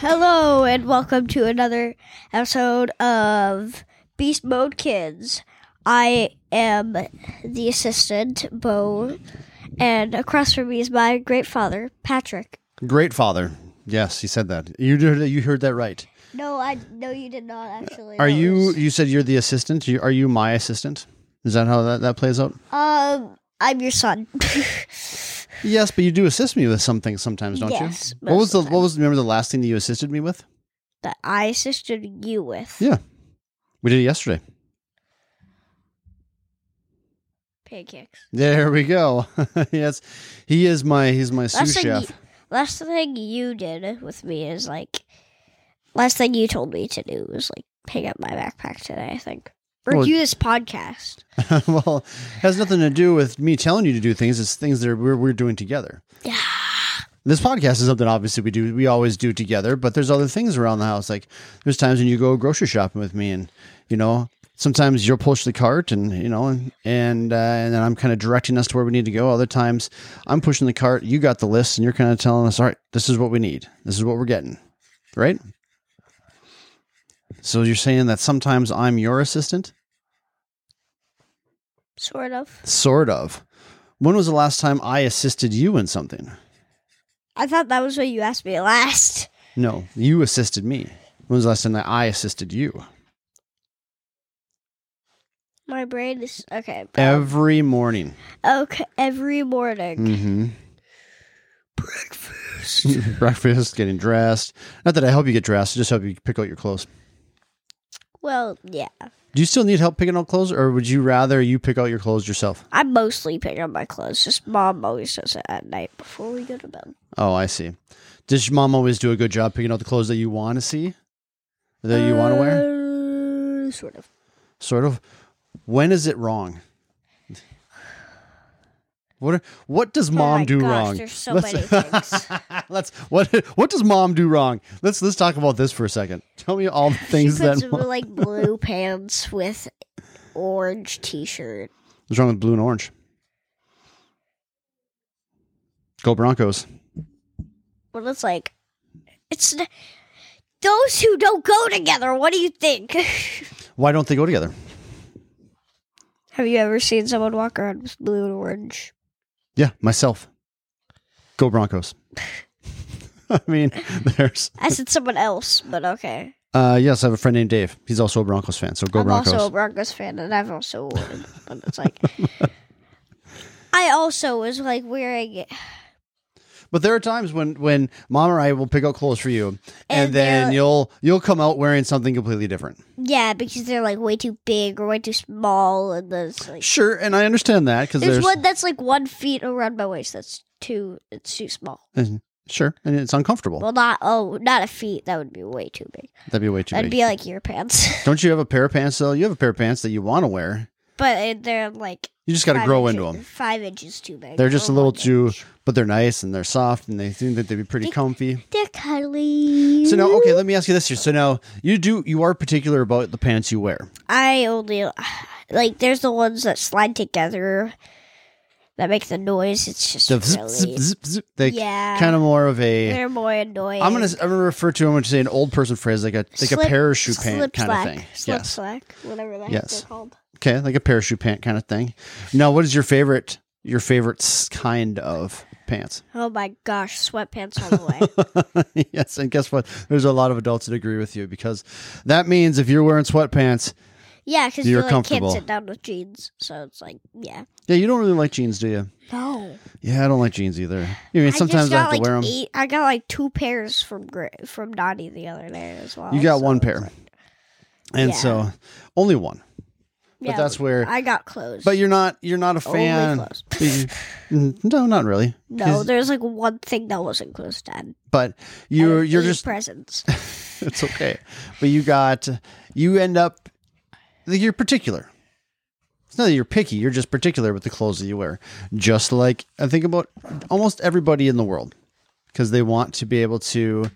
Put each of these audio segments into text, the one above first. Hello, and welcome to another episode of Beast Mode Kids. I am the assistant, Bo, and across from me is my great father, Patrick. Great father. Yes, he said that. You heard you heard that right. No, I no, you did not actually. Are you you said you're the assistant? You, are you my assistant? Is that how that, that plays out? Um, I'm your son. Yes, but you do assist me with something sometimes, don't Yes, you? What most was the of the what was remember the last thing that you assisted me with? that I assisted you with Yeah. We did it yesterday. pancakes. There we go. yes. He is my he's my sous chef. thing, you, last thing you did with me is like last thing you told me to do was like pick up my backpack today. I think or Well- do this podcast. well, it has nothing to do with me telling you to do things. It's things that we're, we're doing together. Yeah. This podcast is something obviously we do we always do together, but there's other things around the house. Like there's times when you go grocery shopping with me, and you know sometimes you'll push the cart, and you know, and and, uh, and then I'm kind of directing us to where we need to go. Other times I'm pushing the cart, you got the list, and you're kind of telling us, all right, this is what we need, this is what we're getting, right? So you're saying that sometimes I'm your assistant. Sort of. Sort of. When was the last time I assisted you in something? I thought that was what you asked me last. No, you assisted me. When was the last time that I assisted you? My brain is okay. um, Every morning. okay, every morning. Mm-hmm. Breakfast. Breakfast, getting dressed. Not that I help you get dressed, I just help you pick out your clothes. well, yeah. Do you still need help picking out clothes, or would you rather you pick out your clothes yourself? I mostly pick up my clothes. Just mom always does it at night before we go to bed. Oh, I see. Does your mom always do a good job picking out the clothes that you want to see? That you want to wear? wear? Uh, Sort of. Sort of. When is it wrong? What are, what does mom Oh my do gosh, wrong? There's so Let's- many things. Let's what what does mom do wrong? Let's let's talk about this for a second. Tell me all the things she puts that like blue pants with orange t-shirt. What's wrong with blue and orange? Go Broncos. But it's like, it's n- those who don't go together. What do you think? Why don't they go together? Have you ever seen someone walk around with blue and orange? Yeah, myself. Go Broncos. I mean, there's I said someone else, but okay. uh yes, I have a friend named Dave. He's also a Broncos fan, so go I'm Broncos. also a Broncos fan, and I've also worn. But it's like, I also was like wearing it, But there are times when when mom or I will pick out clothes for you and, And then they're- you'll you'll come out wearing something completely different. yeah, because they're like way too big or way too small, and there's like Sure, and I understand that cuz there's, there's, one that's like one feet around my waist. That's too. It's too small. sure, and it's uncomfortable. Well, not oh, not a feet. That would be way too big. That'd be way too That'd big. be like your pants, Don't you have a pair of pants though? You have a pair of pants that you want to wear. but it- they're like You just got to five grow inches- into them. Five inches too big. Oh They're just or a little one too, inch. but they're nice and they're soft and they seem that they'd be pretty Dick- comfy. They're cuddly. So now, okay, let me ask you this here. So now, you do you are particular about the pants you wear. I only like there's the ones that slide together that make the noise. It's just The zip, really zip, zip, zip, they yeah. kind of more of a. they're more annoying. I'm gonna I'm gonna refer to them. I'm gonna say an old person phrase like a like a Slip- parachute slip pant kind slack, of thing. Slip yes. slack, whatever the heck Yes. they're called. Okay, like a parachute pant kind of thing. Now, what is your favorite your favorite s- kind of pants? Oh my gosh, sweatpants all the way. yes, and guess what? There's a lot of adults that agree with you because that means if you're wearing sweatpants, yeah, because You're you like, can't comfortable. sit down with jeans, so it's like yeah. yeah, you don't really like jeans, do you? No, Yeah, I don't like jeans either. I mean, sometimes I, just got have like to wear them. eight. I got like two pairs from Gra- from Donnie the other day as well. You got so one it's pair. like- and yeah. so only one. But yeah, that's where. I got clothes. but you're not. You're not a Only fan. clothes. Mm, no, not really. No, 'Cause- there's like one thing that wasn't close to end. But you're you're just presents. it's okay. But you got you end up like you're particular. It's not that you're picky, you're just particular with the clothes that you wear. Just like I think about almost everybody in the world because they want to be able to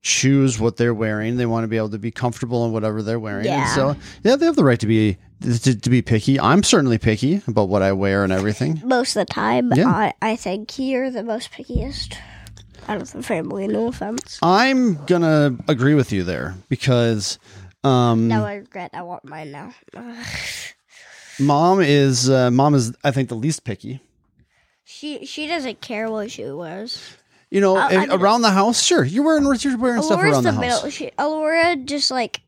choose what they're wearing. They want to be able to be comfortable in whatever they're wearing. And Yeah. so, yeah, they have the right to be to, to be picky. I'm certainly picky about what I wear and everything. Most of the time, Yeah. I, I think you're the most pickiest. out of the family. No offense. I'm gonna agree with you there because um, Now I regret I want mine now. mom is uh, mom is I think the least picky. she she doesn't care what she wears. You Oh, know, I- I and didn't- around the house, sure, you're wearing you're wearing stuff Alora's around the, the, house. middle. She, Alora just like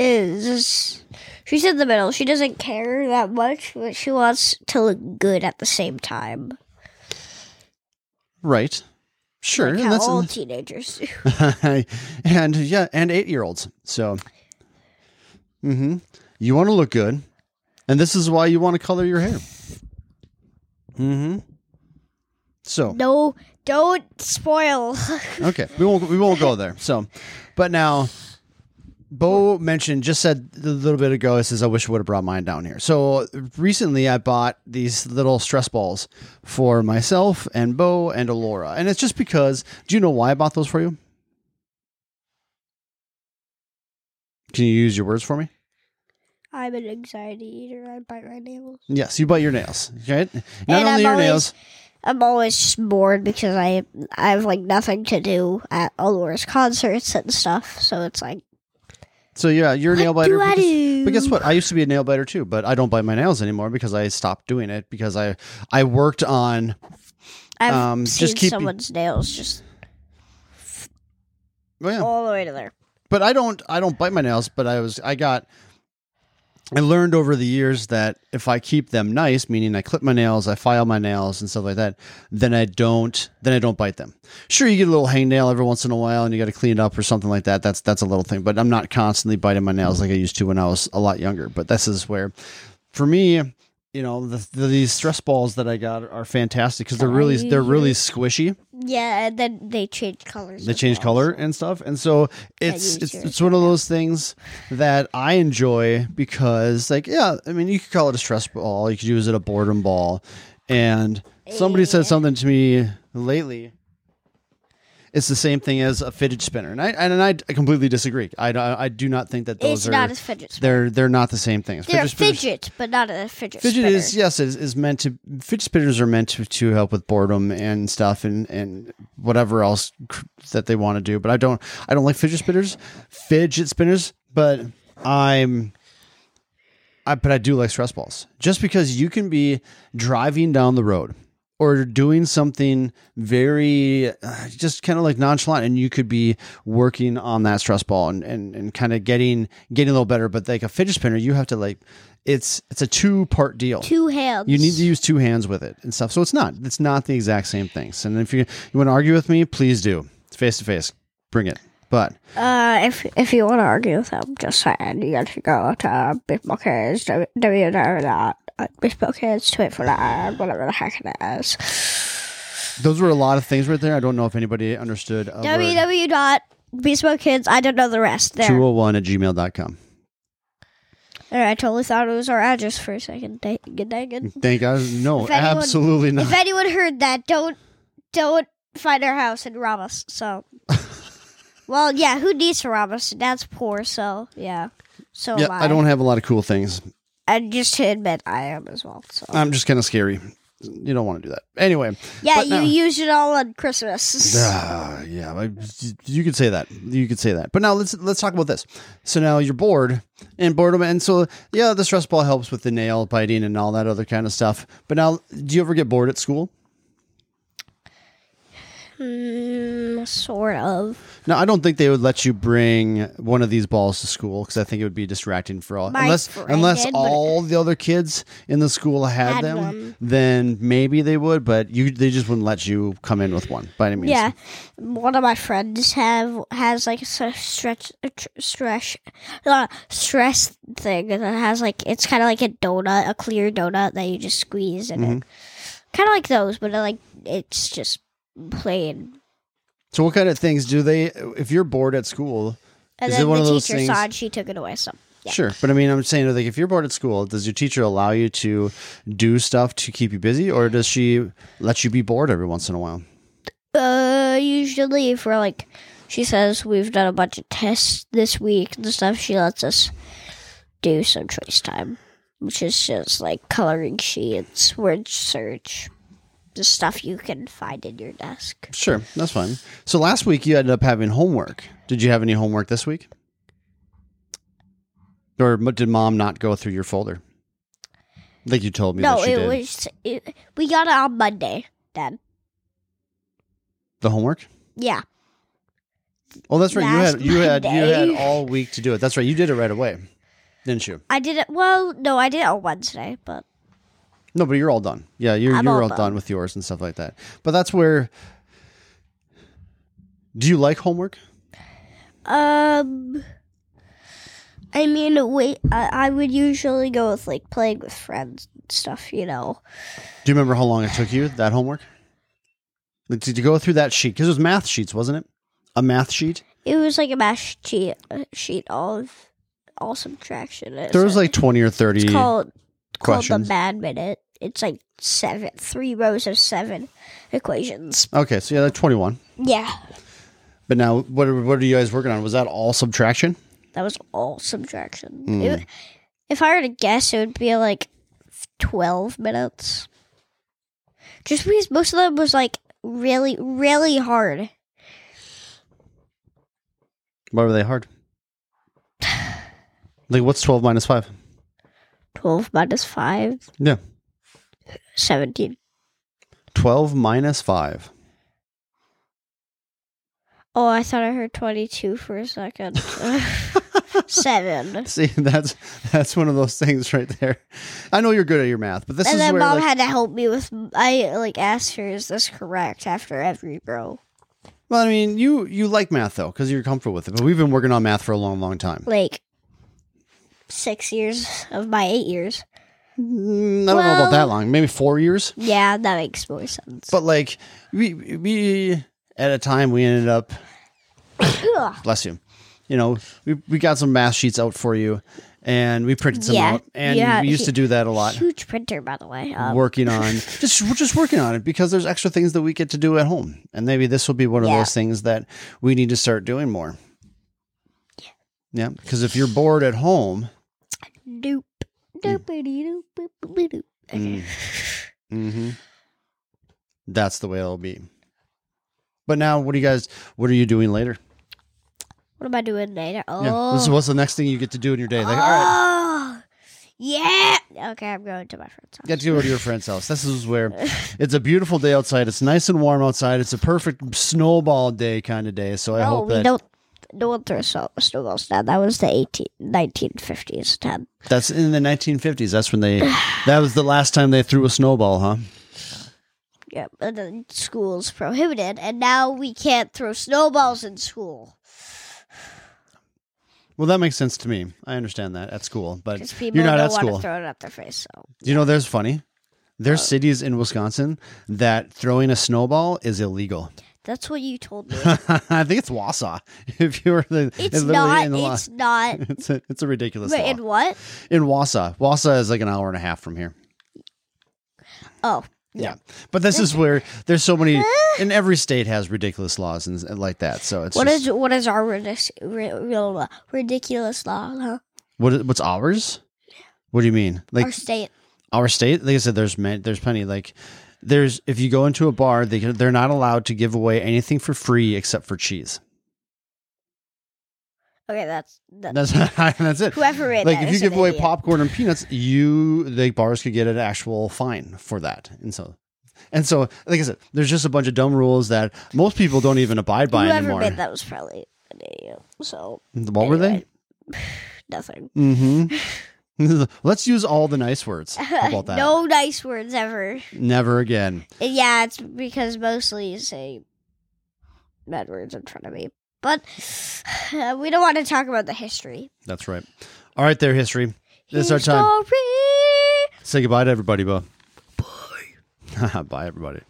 is just- she's in the middle. She doesn't care that much, but she wants to look good at the same time. Right. Sure. Like and how that's all teenagers do. and yeah, and eight year olds. So hmm you want to look good. And this is why you want to color your hair. hmm So No, don't spoil. okay. We won't we won't go there. So but now Bo mentioned just said a little bit ago, he says, I wish I would have brought mine down here. So recently I bought these little stress balls for myself and Bo and Alora. And it's just because do you know why I bought those for you? Can you use your words for me? I'm an anxiety eater. I bite my nails. Yes, you bite your nails. Right? Not And only I'm your always- nails. I'm always just bored because I I have like nothing to do at Alora's concerts and stuff. So it's like So yeah, you're a nail what biter. do I because- do? But guess what? I used to be a nail biter too, but I don't bite my nails anymore because I stopped doing it because I I worked on I've um, just seen keep- someone's nails just well, yeah. all the way to there. but I don't I don't bite my nails, but I was I got I learned over the years that if I keep them nice, meaning I clip my nails, I file my nails and stuff like that, then I don't then I don't bite them. Sure you get a little hangnail every once in a while and you gotta clean it up or something like that. That's that's a little thing. But I'm not constantly biting my nails like I used to when I was a lot younger. But this is where for me you know the, the, these stress balls that I got are fantastic because they're really they're really squishy. Yeah, and then they change colors. They as change well, color so- and stuff, and so it's use it's, yours. it's one of those things that I enjoy because, like, yeah, I mean, you could call it a stress ball, you could use it a boredom ball, and somebody Eh. said something to me lately. It's the same thing as a fidget spinner, and I and I completely disagree. I, I, I do not think that those It's are not a fidget spinner. they're they're not the same thing. They're a Fidget spinners- fidget, but not a fidget. fidget spinner. is yes is, is meant to fidget spinners are meant to, to help with boredom and stuff and and whatever else cr- that they want to do but i don't i don't like fidget spinners fidget spinners but i'm I, but i do like stress balls just because you can be driving down the road or doing something very uh, just kind of like nonchalant and you could be working on that stress ball and, and, and kind of getting getting a little better but like a fidget spinner you have to like it's it's a two part deal two hands. you need to use two hands with it and stuff so it's not it's not the exact same things and if you you want to argue with me please do it's face to face bring it but Uh, if if you want to argue with them, just saying you got to go to Baseball Kids, Baseball Kids, Twit for that, whatever the heck it is. those were a lot of things right there i don't know if anybody understood a word. www dot Baseball Kids. I don't know the rest. There. 201 at gmail.com All right, I totally thought it was our address for a second. Dang, good dang it. thank god no If anyone- absolutely not If anyone heard that, don't don't find our house and rob us. So, well, yeah, who needs to rob us? Dad's poor, so yeah. So yeah am I. i don't have a lot of cool things And just to admit, I am as well. So I'm just kind of scary. You don't want to do that. Anyway. yeah, but you no. used it all on Christmas. Ah, yeah, I- you could say that. You could say that. But now let's let's talk about this. So now you're bored and boredom, and so yeah, the stress ball helps with the nail biting and all that other kind of stuff. But now, do you ever get bored at school? Mm, sort of. Now, I don't think they would let you bring one of these balls to school because I think it would be distracting for all. My unless friend unless did, but- all the other kids in the school had, Had them, one. then maybe they would. But you, they just wouldn't let you come in with one by any means. Yeah, one of my friends have has like a s- stretch, a tr- stress, uh, stress thing that has like it's kind of like a donut, a clear donut that you just squeeze and it, Mm-hmm. kind of like those, but it, like it's just plain. So what kind of things do they? If you're bored at school, And is then it one the of those teacher things? saw it, she took it away. So yeah. Sure, but I mean, I'm saying like if you're bored at school, does your teacher allow you to do stuff to keep you busy, or does she let you be bored every once in a while? Uh, usually if we're like, she says we've done a bunch of tests this week and stuff. She lets us do some choice time, which is just like coloring sheets, word search, just stuff you can find in your desk. Sure, that's fine. So last week you ended up having homework. Did you have any homework this week? Or m- did mom not go through your folder? I think you told me no, that she it did. was it, we got it on Monday. Then the homework? yeah, Oh, that's right. Last you had you had you Monday. had all week to do it. That's right. You did it right away, didn't you? I did it. Well, no, I did it on Wednesday, but No, but you're all done. Yeah, you're I'm you're all, all done. done. with yours and stuff like that. But that's where. Do you like homework? um, I mean, wait, I, I would usually go with like playing with friends and stuff, you know. Do you remember how long it took you that homework? Like, to, to go through that sheet because it was math sheets, wasn't it? A math sheet. It was like a mash sheet, uh, sheet of all subtraction. It's There was like twenty or it's thirty. called called questions. the Mad Minute. It's like seven, three rows of seven equations. Okay, so yeah, like twenty-one. Yeah, But now, what are, what are you guys working on? Was that all subtraction? that was all subtraction. Hmm. It- if I were to guess, it would be like twelve minutes. Just because most of them was like really, really hard. Why were they hard? Like, what's twelve minus five? Twelve minus five, Yeah, seventeen. twelve minus five. Oh, I thought I heard twenty-two for a second. Seven. See, that's that's one of those things right there. I know you're good at your math, but this and is then where mom like, had to help me with. I like asked her, "Is this correct?" After every row, well, I mean, you you like math though because you're comfortable with it. But we've been working on math for a long, long time. like six years of my eight years. Mm, I don't know about Well- that long, maybe four years. Yeah, that makes more sense. But like, we we at a time we ended up Ugh. bless you. You know, we we got some math sheets out for you, and we printed some Yeah, out, and yeah, we used to do that a lot. Huge printer, by the way. Um, working on just we're just working on it because there's extra things that we get to do at home, and maybe this will be one of Yeah. those things that we need to start doing more. Yeah, because if you're bored at home, Nope. Mm. Nope. Nope. Nope. Nope. Okay. hmm that's the way it'll be. But now, what do you guys? What are you doing later? What am I doing later? Oh. Yeah, this is what's the next thing you get to do in your day. Like, all right, Oh. Yeah. Okay, I'm going to my friend's house. Get to go to your friend's house. This is where it's a beautiful day outside. It's nice and warm outside. It's a perfect snowball day kind of day. So I no, hope Oh, we that don't. No one throws snow- snowballs down. That was the 18, 1950s time. that's in the 1950s. That's when they that was the last time they threw a snowball, huh? Yep, and then school's prohibited, and now we can't throw snowballs in school. Well, that makes sense to me. I understand that at school, but Because people you're not don't at want school. to throw Oh. it up their face. So you know, there's funny. There's cities in Wisconsin that throwing a snowball is illegal. that's what you told me. I think it's Wausau. If you were the It's literally not. in the law. It's not. It's a, it's a ridiculous Wait, law. in what? in Wausau. Wausau is like an hour and a half from here. Oh, Yeah. But this is where there's so many, and every state has ridiculous laws and, and like that. So it's what just, is what is our ridic- ri- real, uh, ridiculous law? Huh? what is- what's ours? What do you mean? Like our state. our state? Like I said, there's man, there's plenty. Like there's if you go into a bar, they can- they're not allowed to give away anything for free except for cheese. Okay, that's, that, That's that's it. whoever made Like that if you is an give away idiot. popcorn and peanuts, you the bars could get an actual fine for that. And so. And so, like I said, there's just a bunch of dumb rules that most people don't even abide by Whoever anymore. made that was probably an idiot. So What were they? nothing. Mm-hmm. Let's use all the nice words. How about that? no nice words ever. Never again. And yeah, it's because mostly you say bad words in front of me. But uh, we don't want to talk about the history. That's right. All right, there, history. This is our history. time. Say goodbye to everybody, Bo. Bye. Bye, everybody.